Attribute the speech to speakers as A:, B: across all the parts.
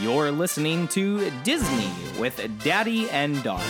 A: You're listening to Disney with Daddy and Daughter.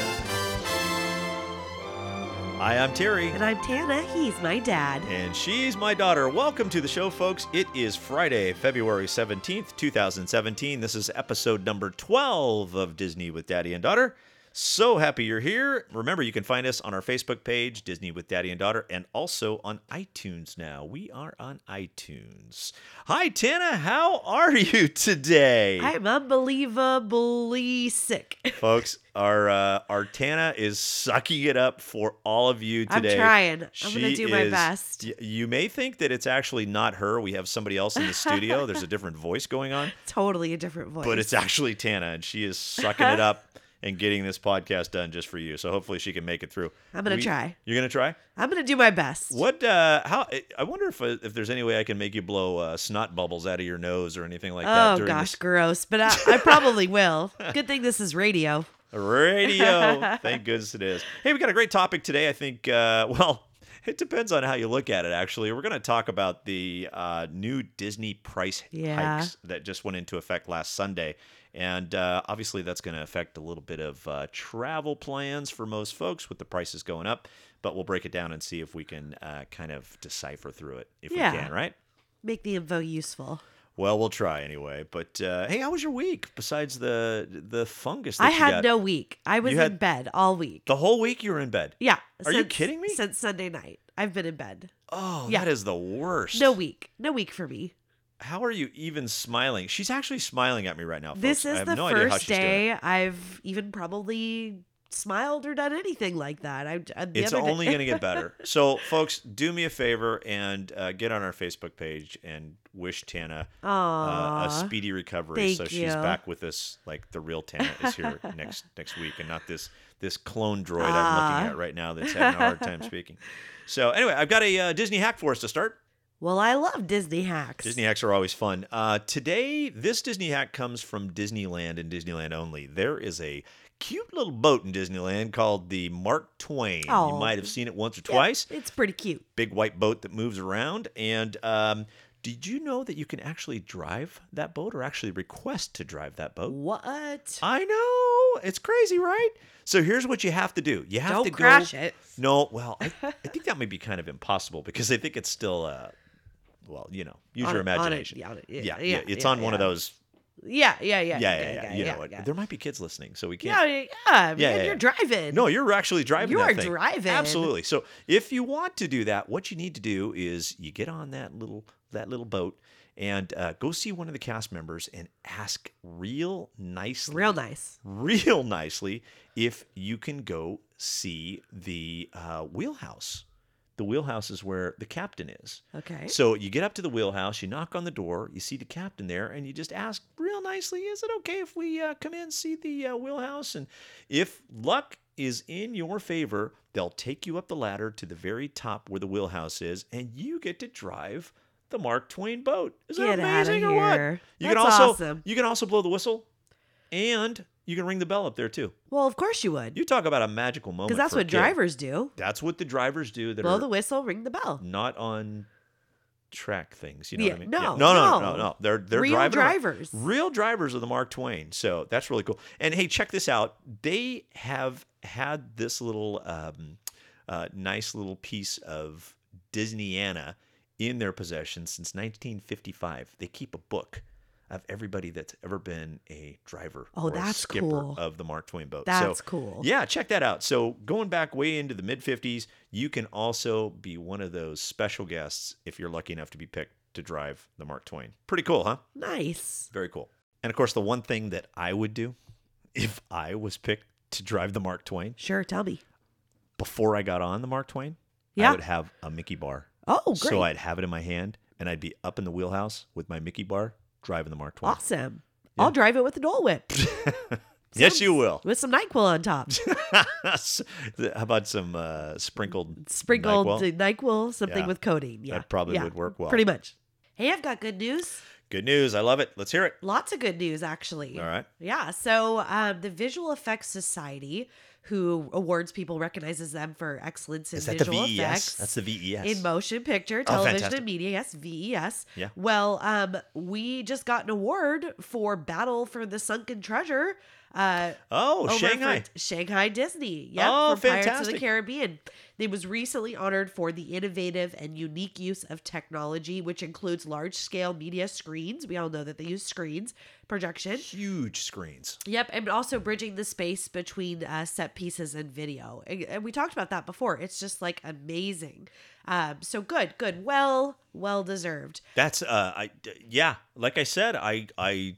B: Hi, I'm Terry.
C: And I'm Tana. He's my dad.
B: And she's my daughter. Welcome to the show, folks. It is Friday, February 17th, 2017. This is episode number 12 of Disney with Daddy and Daughter. So happy you're here. Remember, you can find us on our Facebook page, Disney with Daddy and Daughter, and also on iTunes now. We are on iTunes. Hi, Tana. How are you today?
C: I'm unbelievably sick.
B: folks our uh, our tana is sucking it up for all of you
C: I'm
B: today
C: trying. I'm gonna do my
B: is-
C: best.
B: y- you may think that it's actually not her we have somebody else in the studio there's a different voice going on
C: totally a different voice.
B: but it's actually tana and she is sucking it up and getting this podcast done just for you so hopefully she can make it through
C: I'm gonna try.
B: you're gonna try
C: I'm gonna do my best.
B: what uh how i- i wonder if uh, if there's any way i can make you blow uh, snot bubbles out of your nose or anything like that
C: Oh
B: during
C: gosh,
B: this
C: gross. But I, I probably will. Good thing this is radio.
B: Radio. Thank goodness it is. Hey, we got a great topic today. I think, uh, well, it depends on how you look at it, actually. We're going to talk about the uh, new Disney price
C: Yeah.
B: hikes that just went into effect last Sunday. And uh, obviously, that's going to affect a little bit of uh, travel plans for most folks with the prices going up. But we'll break it down and see if we can uh, kind of decipher through it if
C: Yeah.
B: we can, right?
C: Make the info useful.
B: Well, we'll try anyway. But uh, hey, how was your week besides the the fungus? That
C: I
B: you
C: had
B: got?
C: no week. I was
B: You
C: in
B: had-
C: bed all week.
B: The whole week you were in bed.
C: yeah.
B: Are you kidding me?
C: Since Sunday night, I've been in bed.
B: Oh,
C: Yeah.
B: that is the worst.
C: No week. No week for me.
B: How are you even smiling? She's actually smiling at me right now. Folks.
C: This
B: I
C: is
B: have
C: the
B: no idea how
C: first
B: she's doing it.
C: day I've even probably smiled or done anything like that. I, uh, the
B: It's
C: other day-
B: only going to get better. So, folks, do me a favor and uh, get on our Facebook page and wish Tana uh, a
C: Aw.
B: speedy recovery,
C: Thank
B: so she's
C: you.
B: back with us. Like the real Tana is here next next week, and not this this clone droid I'm
C: Ah.
B: looking at right now that's having a hard time speaking. So, anyway, I've got a uh, Disney hack for us to start.
C: Well, I love Disney hacks.
B: Disney hacks are always fun. Uh, today, this Disney hack comes from Disneyland and Disneyland only. There is a cute little boat in Disneyland called the Mark Twain. You
C: Oh.
B: might have seen it once or twice.
C: It's pretty cute.
B: Big white boat that moves around. And um, did you know that you can actually drive that boat or actually request to drive that boat?
C: What?
B: I know. It's crazy, right? So here's what you have to do. You have
C: Don't
B: to go-
C: crash it.
B: No, well, I, I think that may be kind of impossible because I think it's still, uh, well, you know, use
C: On
B: your
C: a- on a-
B: imagination
C: yeah, on a-
B: yeah,
C: yeah,
B: yeah,
C: yeah,
B: it's
C: yeah,
B: on one of
C: yeah.
B: those.
C: Yeah, yeah, yeah,
B: Yeah, yeah, yeah. you know what?
C: yeah.
B: There might be kids listening, so we
C: Yeah,
B: can't.
C: yeah, yeah,
B: Yeah,
C: man,
B: yeah,
C: you're
B: yeah.
C: driving.
B: No, you're actually driving.
C: You
B: that
C: are
B: thing.
C: driving.
B: Absolutely. So if you want to do that, what you need to do is you get on that little that little boat and uh, go see one of the cast members and ask real nicely,
C: real nice.
B: real nicely, if you can go see the uh, wheelhouse. The wheelhouse is where the captain is.
C: Okay.
B: So you get up to the wheelhouse, you knock on the door, you see the captain there, and you just ask real nicely, "Is it okay if we uh, come in see the uh, wheelhouse?" And if luck is in your favor, they'll take you up the ladder to the very top where the wheelhouse is, and you get to drive the Mark Twain boat. Is that
C: Get outta
B: amazing or what?
C: here.
B: You can
C: That's
B: also
C: awesome.
B: you can also blow the whistle, and you can ring the bell up there too.
C: well, of course you would,
B: You talk about a magical moment.
C: because that's
B: for a
C: what
B: kid.
C: drivers do.
B: That's what the drivers do. That
C: Blow
B: are
C: the whistle, ring the bell.
B: not on track things. You know what I
C: Yeah,
B: mean?
C: no,
B: no, no, no,
C: no.
B: no. They're they're
C: Real
B: driving around.
C: drivers.
B: Real drivers of the Mark Twain. So that's really cool. And hey, check this out. They have had this little um, uh, nice little piece of Disneyana in their possession since 1955. They keep a book. Of everybody that's ever been a driver
C: Oh,
B: or a
C: that's
B: skipper
C: cool.
B: of the Mark Twain boat.
C: That's
B: so,
C: cool.
B: Yeah, check that out. So going back way into the mid 50s, you can also be one of those special guests if you're lucky enough to be picked to drive the Mark Twain. Pretty cool, huh?
C: Nice.
B: Very cool. And of course, the one thing that I would do if I was picked to drive the Mark Twain
C: Sure. Tell me.
B: before I got on the Mark Twain, I
C: Yeah.
B: would have a Mickey bar.
C: Oh, great.
B: So I'd have it in my hand and I'd be up in the wheelhouse with my Mickey bar driving the Mark Twain.
C: awesome. I'll drive it with a Dole Whip.
B: yes, you will.
C: With some NyQuil on top.
B: How about some uh, sprinkled
C: Sprinkled
B: NyQuil?
C: NyQuil, something
B: Yeah.
C: with codeine. Yeah.
B: probably
C: Yeah.
B: would work well.
C: Pretty much. Hey, I've got good news.
B: Good news. I love it. Let's hear it.
C: Lots of good news, actually.
B: All right.
C: Yeah. So um, the Visual Effects Society, who awards people, recognizes them for excellence in
B: Is that the E
C: visual
B: VES?
C: effects.
B: That's the VES.
C: in motion picture,
B: Oh,
C: television,
B: fantastic.
C: and media. Yes, VES.
B: Yeah.
C: Well, um, we just got an award for Battle for the Sunken Treasure. Uh,
B: oh,
C: over
B: Shanghai.
C: for Shanghai Disney. Yep,
B: Oh,
C: from Pirates of the
B: fantastic.
C: Caribbean. They was recently honored for the innovative and unique use of technology, which includes large-scale media screens. We all know that they use screens, projection,
B: Huge screens.
C: Yep, and also bridging the space between uh, set pieces and video. And, and we talked about that before. It's just like amazing. Um, so good, good, well, well deserved.
B: That's uh, I d- yeah. Like I said, I I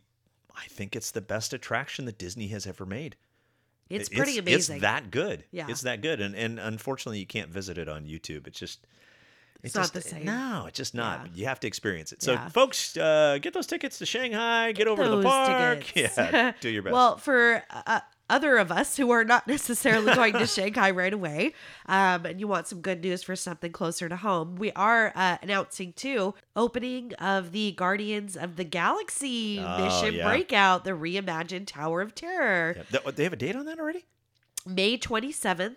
B: I think it's the best attraction that Disney has ever made.
C: It's pretty amazing.
B: It's that good.
C: Yeah.
B: it's that good. And and unfortunately, you can't visit it on YouTube. It's just.
C: It's not the same.
B: No, it's just not.
C: Yeah.
B: You have to experience it. So,
C: Yeah.
B: folks, uh, get those tickets to Shanghai. Get, over to the
C: Those
B: park.
C: tickets.
B: Yeah, do your best.
C: Well, for uh, other of us who are not necessarily going to Shanghai right away, um, and you want some good news for something closer to home, we are uh, announcing too opening of the Guardians of the Galaxy
B: Oh,
C: Mission
B: yeah.
C: Breakout, the reimagined Tower of Terror.
B: Yeah. Th- they have a date on that already.
C: May 27th,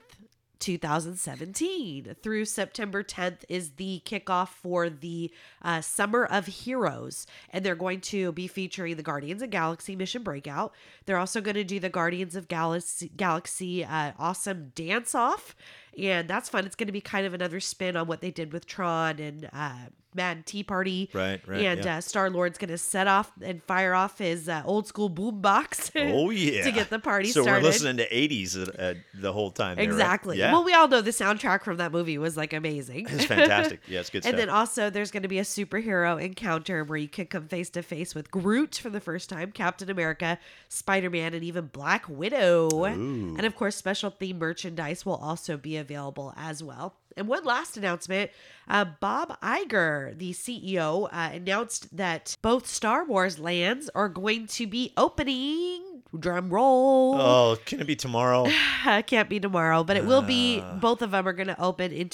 C: 2017 through September 10th is the kickoff for the uh, Summer of Heroes. And they're going to be featuring the Guardians of Galaxy Mission Breakout. They're also going to do the Guardians of Galaxy, Galaxy uh, Awesome Dance Off. And that's fun. It's going to be kind of another spin on what they did with Tron and uh, Mad Tea Party.
B: Right, right,
C: And
B: yeah.
C: uh, Star Lord's going to set off and fire off his uh, old school boombox.
B: Oh yeah.
C: to get the party
B: so
C: started.
B: we're listening to 80s uh, uh, the whole time. there, right?
C: Exactly.
B: Yeah.
C: Well, we all know the soundtrack from that movie was like amazing.
B: it's fantastic. Yeah, it's good stuff.
C: And then also, there's going to be a superhero encounter where you can come face to face with Groot for the first time, Captain America, Spider Man, and even Black Widow. And of course, special theme merchandise will also be available as well. And one last announcement uh, Bob Iger, the CEO, uh, announced that both Star Wars lands are going to be opening. Drum roll.
B: oh, can it be tomorrow?
C: uh, Can't be tomorrow, but it will be.
B: Uh.
C: Both of them are going to open in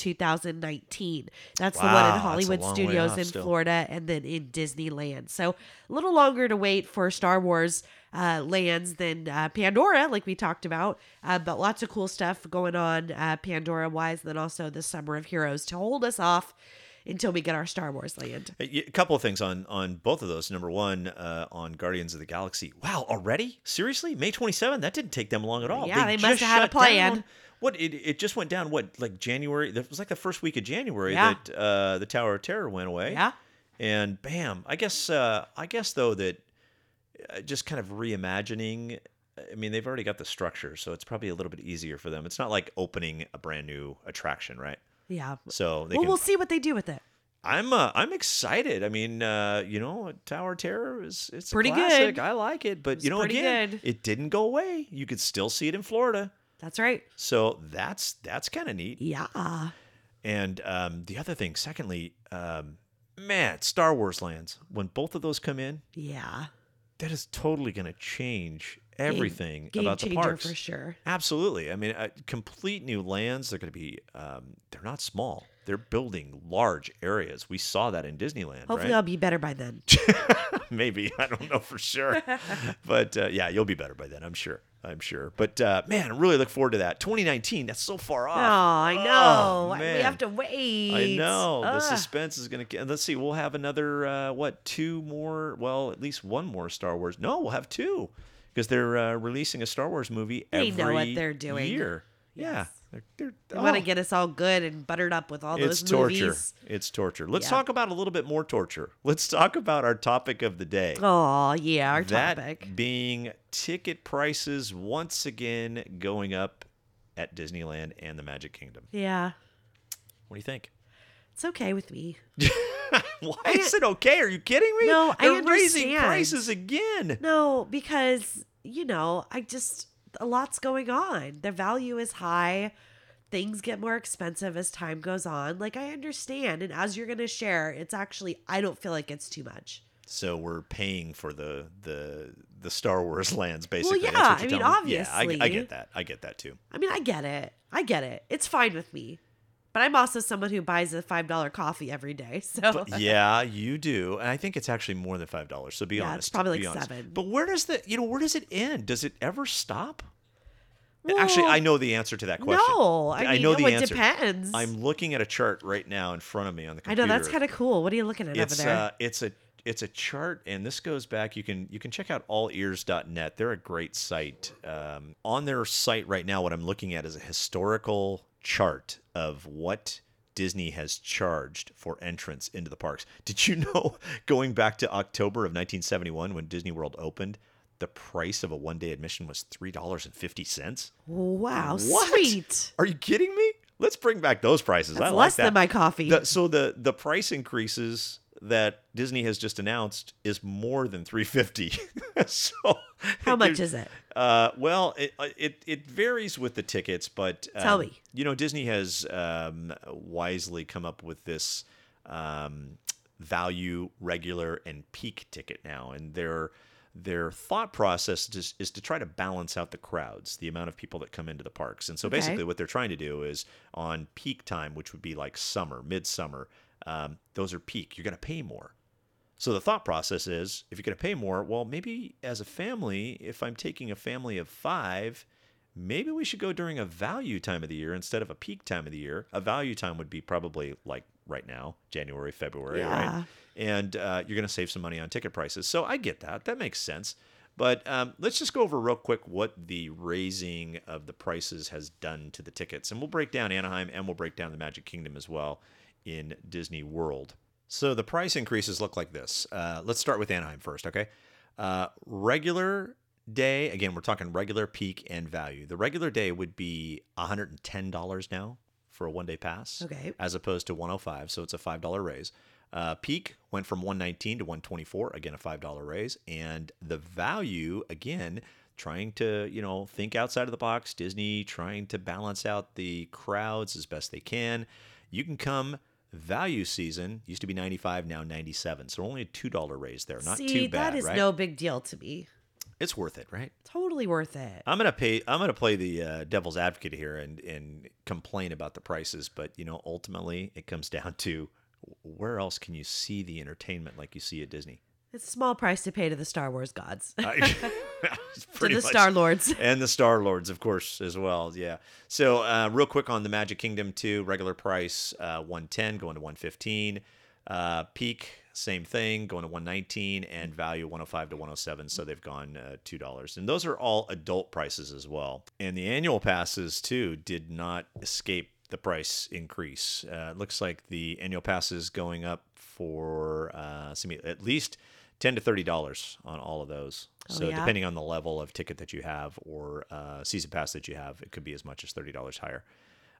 C: 2019. That's the
B: Wow,
C: one in
B: that's a
C: Hollywood
B: long way
C: Studios
B: off
C: in
B: still.
C: Florida and then in Disneyland. So a little longer to wait for Star Wars uh, lands than uh, Pandora, like we talked about. Uh, but lots of cool stuff going on uh, Pandora wise, then also the Summer of Heroes to hold us off until we get our Star Wars land.
B: A a couple of things on on both of those. Number one, uh, on Guardians of the Galaxy. Wow, already? Seriously? May twenty seven? That didn't take them long at all.
C: Yeah, they must
B: just
C: have had a
B: shut
C: plan.
B: down- What it, it just went down? What like January? That was like the first week of January
C: Yeah.
B: that uh, the Tower of Terror went away.
C: Yeah.
B: and bam. I guess uh, I guess though that uh, just kind of reimagining. I mean, they've already got the structure, so it's probably a little bit easier for them. It's not like opening a brand new attraction, right?
C: Yeah.
B: So they
C: well,
B: can
C: we'll see what they do with it.
B: I'm uh, I'm excited. I mean, uh, you know, Tower of Terror is it's a
C: Pretty
B: classic.
C: good.
B: I like it, but
C: It's
B: you know,
C: pretty
B: again,
C: good.
B: it didn't go away. You could still see it in Florida,
C: That's right.
B: so that's that's kind of neat.
C: Yeah.
B: And um, the other thing, secondly, um, man, Star Wars lands. When both of those come in,
C: Yeah.
B: that is totally going to change
C: Game-
B: everything
C: game
B: about the
C: changer
B: parks.
C: for sure.
B: Absolutely. I mean, uh, complete new lands. They're going to be. Um, they're not small. They're building large areas. We saw that in Disneyland.
C: Hopefully,
B: right?
C: I'll be better by then.
B: maybe i don't know for sure but uh, yeah you'll be better by then i'm sure i'm sure but uh, man i really look forward to that 2019 that's so far off
C: Oh, I know.
B: Oh,
C: I- we
B: man.
C: have to wait.
B: I know the
C: Ugh.
B: suspense is gonna. And let's see, we'll have another uh, what? Two more? Well, at least one more Star Wars. No, we'll have two because they're uh, releasing a Star Wars movie
C: They
B: every
C: know what they're doing.
B: year. Yeah,
C: Yes.
B: they're, they're,
C: They want
B: oh.
C: to get us all good and buttered up with all
B: it's
C: those
B: torture.
C: movies.
B: It's torture. Let's
C: Yeah.
B: talk about a little bit more torture. Let's talk about our topic of the day.
C: Oh yeah, our
B: that
C: topic.
B: being ticket prices once again going up at Disneyland and the Magic Kingdom.
C: Yeah,
B: What do you think?
C: it's okay with me.
B: Why is it okay? Are you kidding me?
C: No, I
B: They're raising
C: understand.
B: prices again.
C: No, because you know, I just a lot's going on. The value is high. Things get more expensive as time goes on. Like I understand, and as you're gonna share, it's actually I don't feel like it's too much.
B: So we're paying for the the the Star Wars lands, basically. That's
C: yeah,
B: what
C: I
B: you're
C: mean,
B: telling me. Yeah, I, I
C: obviously.
B: get that. I get that too.
C: I mean, I get it. I get it. It's fine with me. But I'm also someone who buys a $5 coffee every day. So
B: yeah, you do, and I think it's actually more than five dollars. So be
C: Yeah, it's
B: honest,
C: probably
B: be
C: like
B: honest.
C: seven.
B: But where does the you know where does it end? Does it ever stop? Actually, I
C: Well,
B: know the answer to that question.
C: No, I mean,
B: know
C: no,
B: the
C: it
B: answer.
C: depends.
B: I'm looking at a chart right now in front of me on the
C: I
B: computer.
C: know that's kind of cool. What are you looking at
B: it's
C: over there?
B: uh, it's a it's a chart, and this goes back. You can you can check out allears.net. They're a great site. Um, on their site right now, what I'm looking at is a historical chart of what Disney has charged for entrance into the parks. Did you know, going back to October of 1971 when Disney World opened, the price of a one day admission was three dollars and fifty cents.
C: wow,
B: What?
C: sweet.
B: Are you kidding me? Let's bring back those prices. I
C: That's
B: like
C: less
B: that.
C: than my coffee.
B: The- so the the price increases that Disney has just announced is more than 350. so
C: How much
B: there's-
C: is it?
B: Uh, well, it, it it varies with the tickets, but um,
C: Tell me.
B: You know, Disney has um, wisely come up with this um, value, regular, and peak ticket now, and their their thought process is, is to try to balance out the crowds, the amount of people that come into the parks, and so
C: Okay.
B: basically what they're trying to do is on peak time, which would be like summer, midsummer. Um, those are peak. You're going to pay more. So the thought process is if you're going to pay more, well, maybe as a family, if I'm taking a family of five, maybe we should go during a value time of the year instead of a peak time of the year. A value time would be probably like right now, January, February,
C: Yeah.
B: right? And uh, you're going to save some money on ticket prices. So I get that. That makes sense. But um, let's just go over real quick what the raising of the prices has done to the tickets. And we'll break down Anaheim and we'll break down the Magic Kingdom as well in Disney World. So the price increases look like this. Uh, let's start with Anaheim first, okay? Uh, regular day, again, we're talking regular peak and value. The regular day would be $110 now for a one day pass,
C: Okay.
B: as opposed to 105 So it's a $5 raise. Uh, peak went from 119 to 124 again a $5 raise and the value again trying to you know think outside of the box disney trying to balance out the crowds as best they can you can come value season used to be 95 now 97 so only a $2 raise there not
C: See,
B: too bad
C: that is
B: right
C: no big deal to me.
B: it's worth it right
C: Totally worth it.
B: I'm gonna pay. I'm gonna play the uh, devil's advocate here and and complain about the prices, but you know, ultimately, it comes down to where else can you see the entertainment like you see at Disney?
C: It's a small price to pay to the Star Wars gods, to
B: I, it's pretty
C: the
B: much-
C: Star Lords.
B: and the Star Lords, of course, as well. Yeah. So, uh, real quick on the Magic Kingdom too. Regular price uh, 110 going to 115. Uh, peak same thing going to 119 and value 105 to 107. So they've gone uh, two dollars, and those are all adult prices as well. And the annual passes too did not escape the price increase. Uh, it looks like the annual pass is going up for uh, some- at least ten to thirty dollars on all of those. so
C: Oh, yeah?
B: depending on the level of ticket that you have or uh, season pass that you have, it could be as much as thirty dollars higher.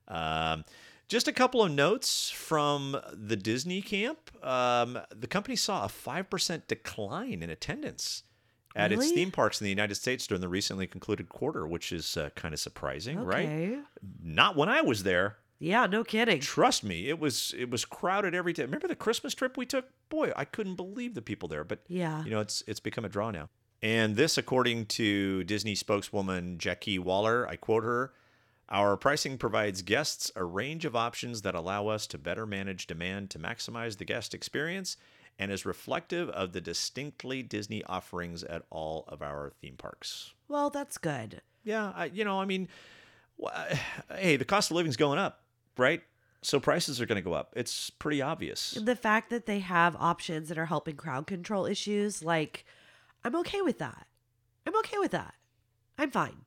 B: Um, just a couple of notes from the Disney camp. Um, the company saw a five percent decline in attendance at its
C: Really?
B: theme parks in the United States during the recently concluded quarter, which is uh, kind of surprising, right?
C: Okay.
B: Not when I was there.
C: Yeah, no kidding.
B: Trust me, it was it was crowded every day. Remember the Christmas trip we took? Boy, I couldn't believe the people there. But
C: Yeah.
B: you know, it's it's become a draw now. And this, according to Disney spokeswoman Jackie Waller, I quote her: "Our pricing provides guests a range of options that allow us to better manage demand to maximize the guest experience." And is reflective of the distinctly Disney offerings at all of our theme parks.
C: Well, that's good.
B: Yeah, I, you know, I mean, wh- hey, the cost of living's going up, right? So prices are going to go up. It's pretty obvious.
C: And the fact that they have options that are helping crowd control issues, like, I'm okay with that. I'm okay with that. I'm fine.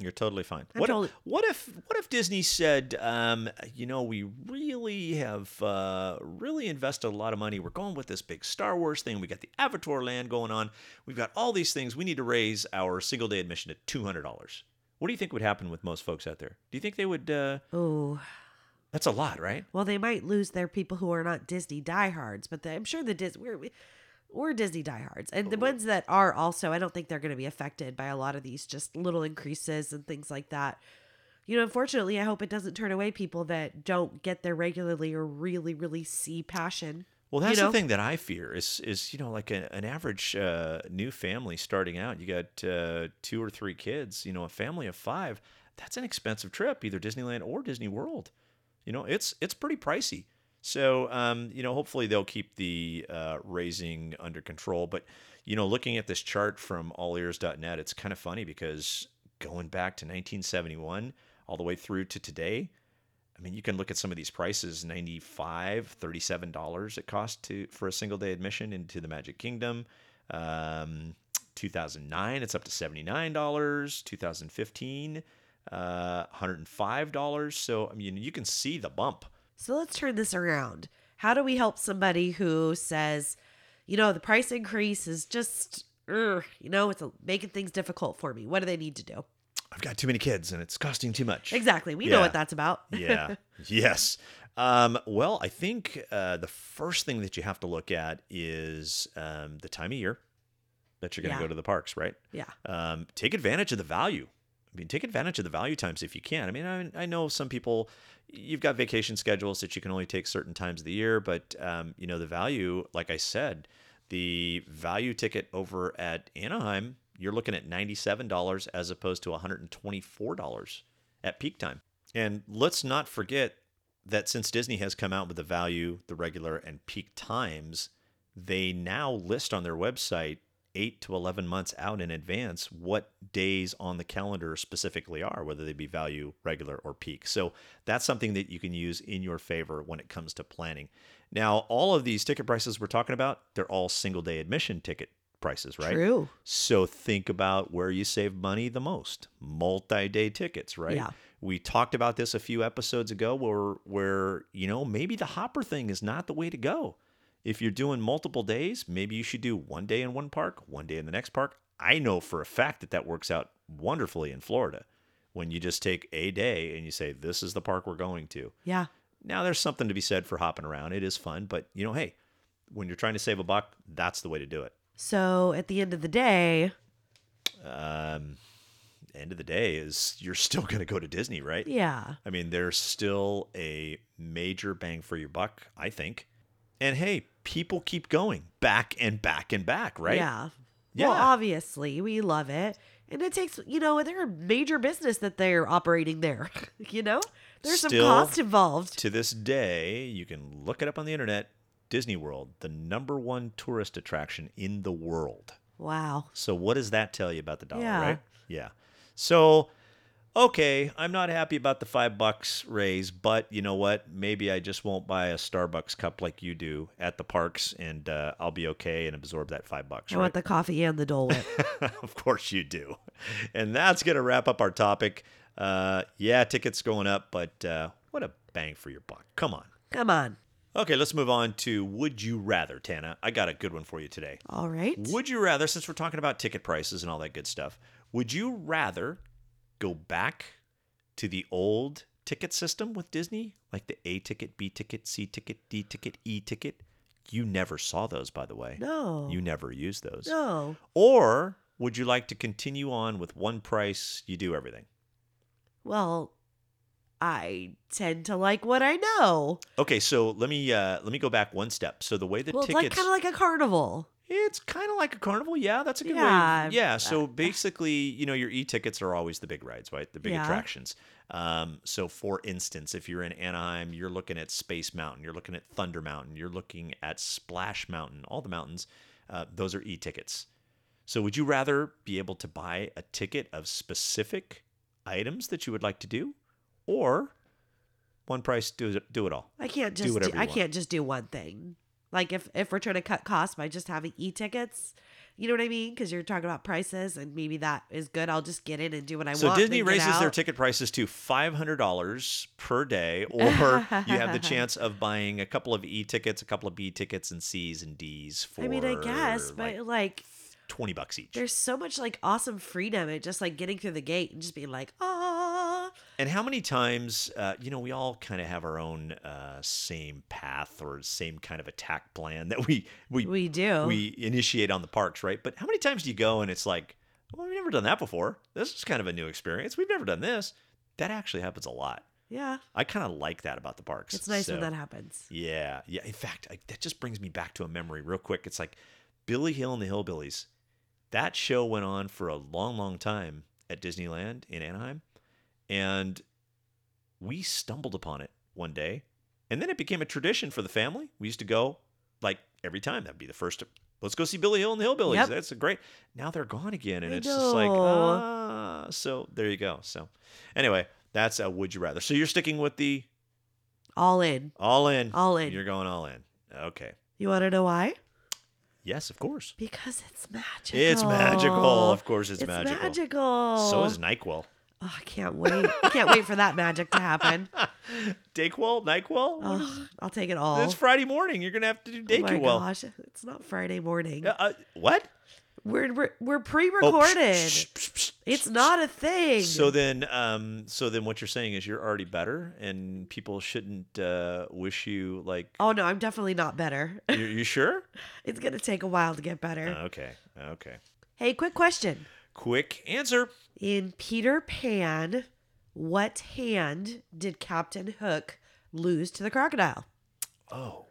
B: You're totally fine.
C: I'm
B: What,
C: totally-
B: if, what if what if Disney said, um, you know, we really have uh, really invested a lot of money. We're going with this big Star Wars thing. We got the Avatar Land going on. We've got all these things. We need to raise our single day admission to two hundred dollars. What do you think would happen with most folks out there? Do you think they would? Uh,
C: Oh,
B: that's a lot, right?
C: well, they might lose their people who are not Disney diehards, but the, I'm sure the Disney we're, we- we're Disney diehards, and the ones that are also, I don't think they're going to be affected by a lot of these just little increases and things like that. You know, unfortunately, I hope it doesn't turn away people that don't get there regularly or really, really see passion.
B: Well, that's
C: know?
B: the thing that I fear is is you know like a, an average uh, new family starting out. You got uh, two or three kids. You know, a family of five. That's an expensive trip, either Disneyland or Disney World. You know, it's it's pretty pricey. So um, you know, hopefully they'll keep the uh, raising under control. But you know, looking at this chart from AllEars.net, it's kind of funny because going back to 1971 all the way through to today, I mean, you can look at some of these prices, 95 $37 it cost to, for a single day admission into the Magic Kingdom. Um, 2009, it's up to $79. 2015, uh, $105. So, I mean, you can see the bump.
C: So let's turn this around. How do we help somebody who says, you know, the price increase is just, ugh, you know, it's a, making things difficult for me? What do they need to do?
B: I've got too many kids and it's costing too much.
C: Exactly. We know
B: Yeah.
C: what that's about.
B: yeah. Yes. Um, well, I think uh, the first thing that you have to look at is um, the time of year that you're going to
C: Yeah.
B: go to the parks, right?
C: Yeah.
B: Um, take advantage of the value. I mean, take advantage of the value times if you can. I mean, I, I know some people, you've got vacation schedules that you can only take certain times of the year, but um, you know the value. Like I said, the value ticket over at Anaheim, you're looking at ninety-seven dollars as opposed to one hundred and twenty-four dollars at peak time. And let's not forget that since Disney has come out with the value, the regular, and peak times, they now list on their website eight to 11 months out in advance what days on the calendar specifically are, whether they be value, regular, or peak. So that's something that you can use in your favor when it comes to planning. Now, all of these ticket prices we're talking about, they're all single day admission ticket prices, right?
C: True.
B: So think about where you save money the most. Multi-day tickets, right?
C: Yeah.
B: We talked about this a few episodes ago where where, you know, maybe the hopper thing is not the way to go. If you're doing multiple days, maybe you should do one day in one park, one day in the next park. I know for a fact that that works out wonderfully in Florida when you just take a day and you say this is the park we're going to.
C: Yeah.
B: Now there's something to be said for hopping around. It is fun, but you know, hey, when you're trying to save a buck, that's the way to do it.
C: So at the end of the day,
B: um, end of the day is you're still going to go to Disney, right?
C: yeah.
B: I mean, there's still a major bang for your buck, I think. And hey, people keep going back and back and back, right?
C: Yeah.
B: Yeah.
C: Well, obviously, we love it. And it takes, you know, they're a major business that they're operating there. you know, there's
B: Still-
C: some cost involved.
B: To this day, you can look it up on the internet. Disney World, the number one tourist attraction in the world.
C: Wow.
B: So what does that tell you about the dollar,
C: Yeah.
B: right? Yeah. So okay, I'm not happy about the 5 bucks raise, but you know what? Maybe I just won't buy a Starbucks cup like you do at the parks and uh, I'll be okay and absorb that 5 bucks,
C: I want
B: right?
C: the coffee and the Dole Whip.
B: of course you do. And that's going to wrap up our topic. Uh, yeah, tickets going up, but uh, what a bang for your buck. Come on.
C: Come on.
B: Okay, let's move on to would you rather, Tana? I got a good one for you today.
C: All right.
B: Would you rather, since we're talking about ticket prices and all that good stuff, would you rather go back to the old ticket system with Disney, like the A ticket, B ticket, C ticket, D ticket, E ticket? You never saw those, by the way.
C: No.
B: You never used those.
C: no.
B: Or would you like to continue on with one price, you do everything?
C: Well, I tend to like what I know.
B: Okay, so let me uh, let me go back one step. So the way the
C: well, it's
B: tickets
C: like kind of like a carnival.
B: It's kind of like a carnival. Yeah, that's a good way.
C: Yeah.
B: Of, yeah. So basically, you know, your e-tickets are always the big rides, right? The big
C: Yeah.
B: attractions. Um, so for instance, if you're in Anaheim, you're looking at Space Mountain, you're looking at Thunder Mountain, you're looking at Splash Mountain, all the mountains. Uh, those are e-tickets. So would you rather be able to buy a ticket of specific items that you would like to do, or one price do it, do it all?
C: I can't just do
B: whatever you
C: I
B: want.
C: can't just do one thing. Like if if we're trying to cut costs by just having e-tickets, you know what I mean? Because you're talking about prices, and maybe that is good. I'll just get in and do what I
B: so
C: want.
B: Disney
C: then get
B: raises their
C: out.
B: ticket prices to five hundred dollars per day, or you have the chance of buying a couple of E tickets, a couple of B tickets, and C's and D's for.
C: I mean, I guess, but
B: like,
C: like,
B: twenty bucks each.
C: there's so much like awesome freedom and just like getting through the gate and just being like, ah,
B: And how many times, uh, you know, we all kind of have our own uh, same path or same kind of attack plan that we we
C: we do.
B: we initiate on the parks, right? But how many times do you go and it's like, well, we've never done that before. This is kind of a new experience. We've never done this. That actually happens a lot.
C: Yeah.
B: I kind of like that about the parks.
C: It's nice
B: so-
C: when that happens.
B: Yeah, yeah. In fact, I, that just brings me back to a memory real quick. It's like Billy Hill and the Hillbillies. That show went on for a long, long time at Disneyland in Anaheim, and we stumbled upon it one day, and then it became a tradition for the family. We used to go like every time. That'd be the first. Let's go see Billy Hill and the Hillbillies.
C: Yep.
B: That's a great. Now they're gone again, and
C: I
B: it's just like
C: know.
B: ah. So there you go. So anyway, that's a would you rather. So you're sticking with the
C: All in.
B: all in.
C: All in.
B: You're going all in. Okay.
C: You want to know why?
B: Yes, of course.
C: Because it's magical.
B: It's magical. Of course, it's,
C: It's
B: magical.
C: magical.
B: So is Nyquil.
C: Oh, I can't wait. I can't wait for that magic to happen.
B: Dayquil, Nyquil.
C: Oh, I'll take it all.
B: It's Friday morning. You're gonna have to do
C: oh my
B: Dayquil.
C: gosh, it's not Friday morning.
B: Uh, uh, what?
C: We're we're, we're
B: Oh,
C: pre-recorded.
B: psh, psh, psh, psh,
C: it's
B: psh,
C: not a
B: psh.
C: thing.
B: So then, um, so then, what you're saying is you're already better, and people shouldn't uh, wish you like.
C: oh no, I'm definitely not better.
B: You, you sure?
C: it's gonna take a while to get better.
B: okay. Okay.
C: Hey, quick question.
B: Quick answer.
C: In Peter Pan, what hand did Captain Hook lose to the crocodile?
B: Oh,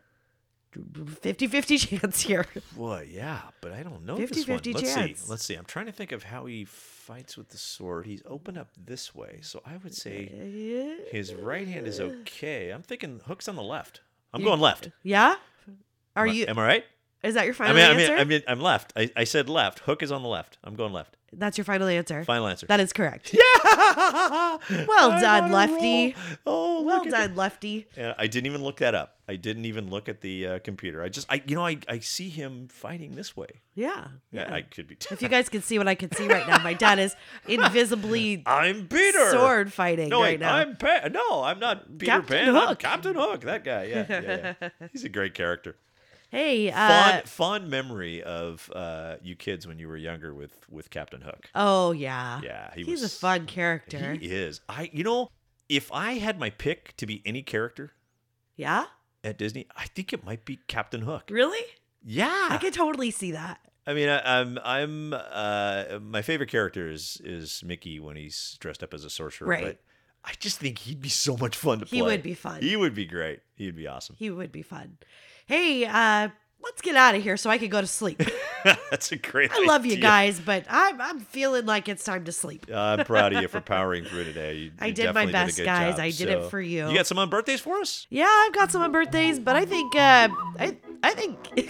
C: 50-50 chance here.
B: Well, yeah, but I don't know this one.
C: 50-50
B: Let's see.
C: chance.
B: Let's see. I'm trying to think of how he fights with the sword. He's opened up this way, so I would say his right hand is okay. I'm thinking hooks on the left. I'm going left.
C: Yeah? Are
B: Am I-
C: you
B: Am I right?
C: is that your
B: I
C: final
B: mean, I mean,
C: answer?
B: I mean, I'm left. I, I said left. Hook is on the left. I'm going left.
C: That's your final answer.
B: Final answer.
C: That is correct.
B: well
C: done, Lefty.
B: Oh,
C: Well
B: look at that.
C: done, Lefty.
B: And I didn't even look that up. I didn't even look at the uh, computer. I just, I, you know, I, I see him fighting this way.
C: Yeah.
B: Yeah, I could be.
C: If you guys can see what I can see right now, my dad is invisibly
B: I'm Peter.
C: sword fighting
B: No,
C: right
B: wait,
C: now.
B: I'm pa- no, I'm not Peter
C: Captain
B: Pan. I'm
C: Hook.
B: Captain Hook, that guy. Yeah, yeah, yeah. he's a great character.
C: hey, uh,
B: Fond, fond memory of uh, you kids when you were younger with with Captain Hook.
C: oh yeah,
B: Yeah, he
C: he's
B: was-
C: a fun character.
B: He is. I, you know, if I had my pick to be any character
C: yeah,
B: at Disney, I think it might be Captain Hook.
C: really?
B: Yeah,
C: I could totally see that.
B: I mean, I, I'm, I'm, uh, my favorite character is is Mickey when he's dressed up as a sorcerer.
C: Right.
B: But I just think he'd be so much fun to play.
C: He would be fun.
B: He would be great. He'd be awesome.
C: He would be fun. Hey, uh, let's get out of here so I can go to sleep.
B: That's a great.
C: I love you
B: idea.
C: guys, but I'm I'm feeling like it's time to sleep.
B: I'm proud of you for powering through today. You,
C: I
B: you
C: did my
B: definitely
C: best,
B: a good
C: guys.
B: job.
C: I did it
B: So-
C: for you.
B: You got some on birthdays for us?
C: Yeah, I've got some on birthdays, but I think uh, I I think I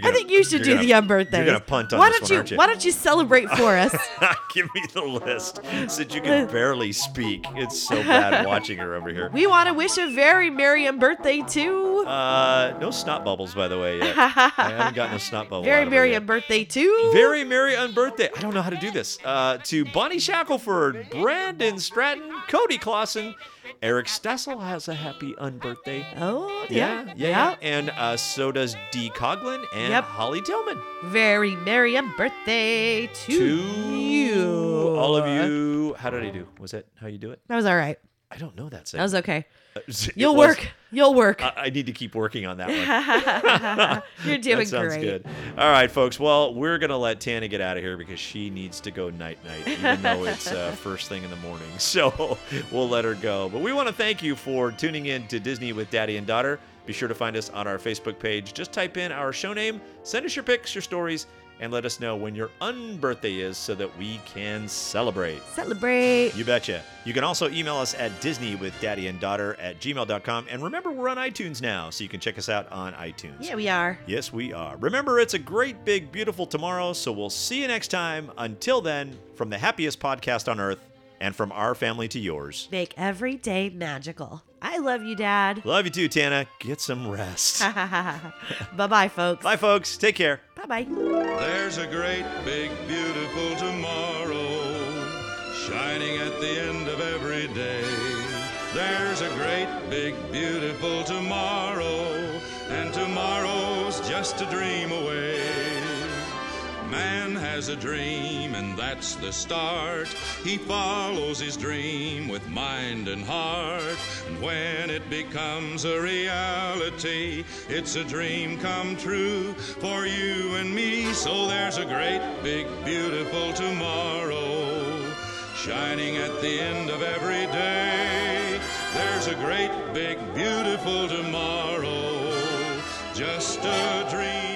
B: gonna-
C: think you should
B: you're
C: do
B: gonna-
C: the on birthdays.
B: you're gonna punt on
C: why
B: this
C: don't
B: one,
C: you,
B: aren't you?
C: Why don't you celebrate for us?
B: Give me the list. Since you can barely speak, it's so bad watching her over here.
C: we want to wish a very merry on birthday to
B: Uh, no snot bubbles, by the way. Yet. I haven't gotten a snot bubble. out
C: very
B: of her
C: merry
B: yet.
C: on birthday to
B: Very merry on birthday. I don't know how to do this. Uh, to Bonnie Shackelford, Brandon Stratton, Cody Clausen, Eric Stessel has a happy unbirthday.
C: oh
B: Yeah, yeah,
C: yeah
B: yeah. And uh, so does Dee Coglin and
C: Yep.
B: Holly Tillman.
C: very merry on birthday to,
B: To
C: you
B: all of you. How did I do? Was that how you do it?
C: That was all right.
B: I don't know that.
C: That was okay.
B: it
C: You'll
B: was-
C: work. You'll work.
B: I, I need to keep working on that one.
C: You're doing
B: that sounds
C: great.
B: good. All right, folks. Well, we're gonna let Tana get out of here because she needs to go night night, even though it's uh, first thing in the morning. So we'll let her go. But we want to thank you for tuning in to Disney with Daddy and Daughter. Be sure to find us on our Facebook page. Just type in our show name, send us your pics, your stories, and let us know when your unbirthday is, so that we can celebrate.
C: Celebrate.
B: You betcha. You can also email us at Disney with Daddy and Daughter at gmail.com. And remember, we're on iTunes now, so you can check us out on iTunes.
C: Yeah, we are.
B: Yes, we are. Remember, it's a great, big, beautiful tomorrow, so we'll see you next time. Until then, from the happiest podcast on earth and from our family to yours.
C: Make every day magical. I love you, Dad.
B: Love you too, Tana. Get some rest.
C: Ah. bye bye, folks.
B: Bye, folks. Take care.
C: Bye bye.
D: There's a great, big, beautiful tomorrow shining at the end of every day. There's a great, big, beautiful tomorrow, and tomorrow's just a dream away. Man has a dream, and that's the start. He follows his dream with mind and heart. And when it becomes a reality, it's a dream come true for you and me. So there's a great, big, beautiful tomorrow shining at the end of every day. There's a great big beautiful tomorrow, just a dream.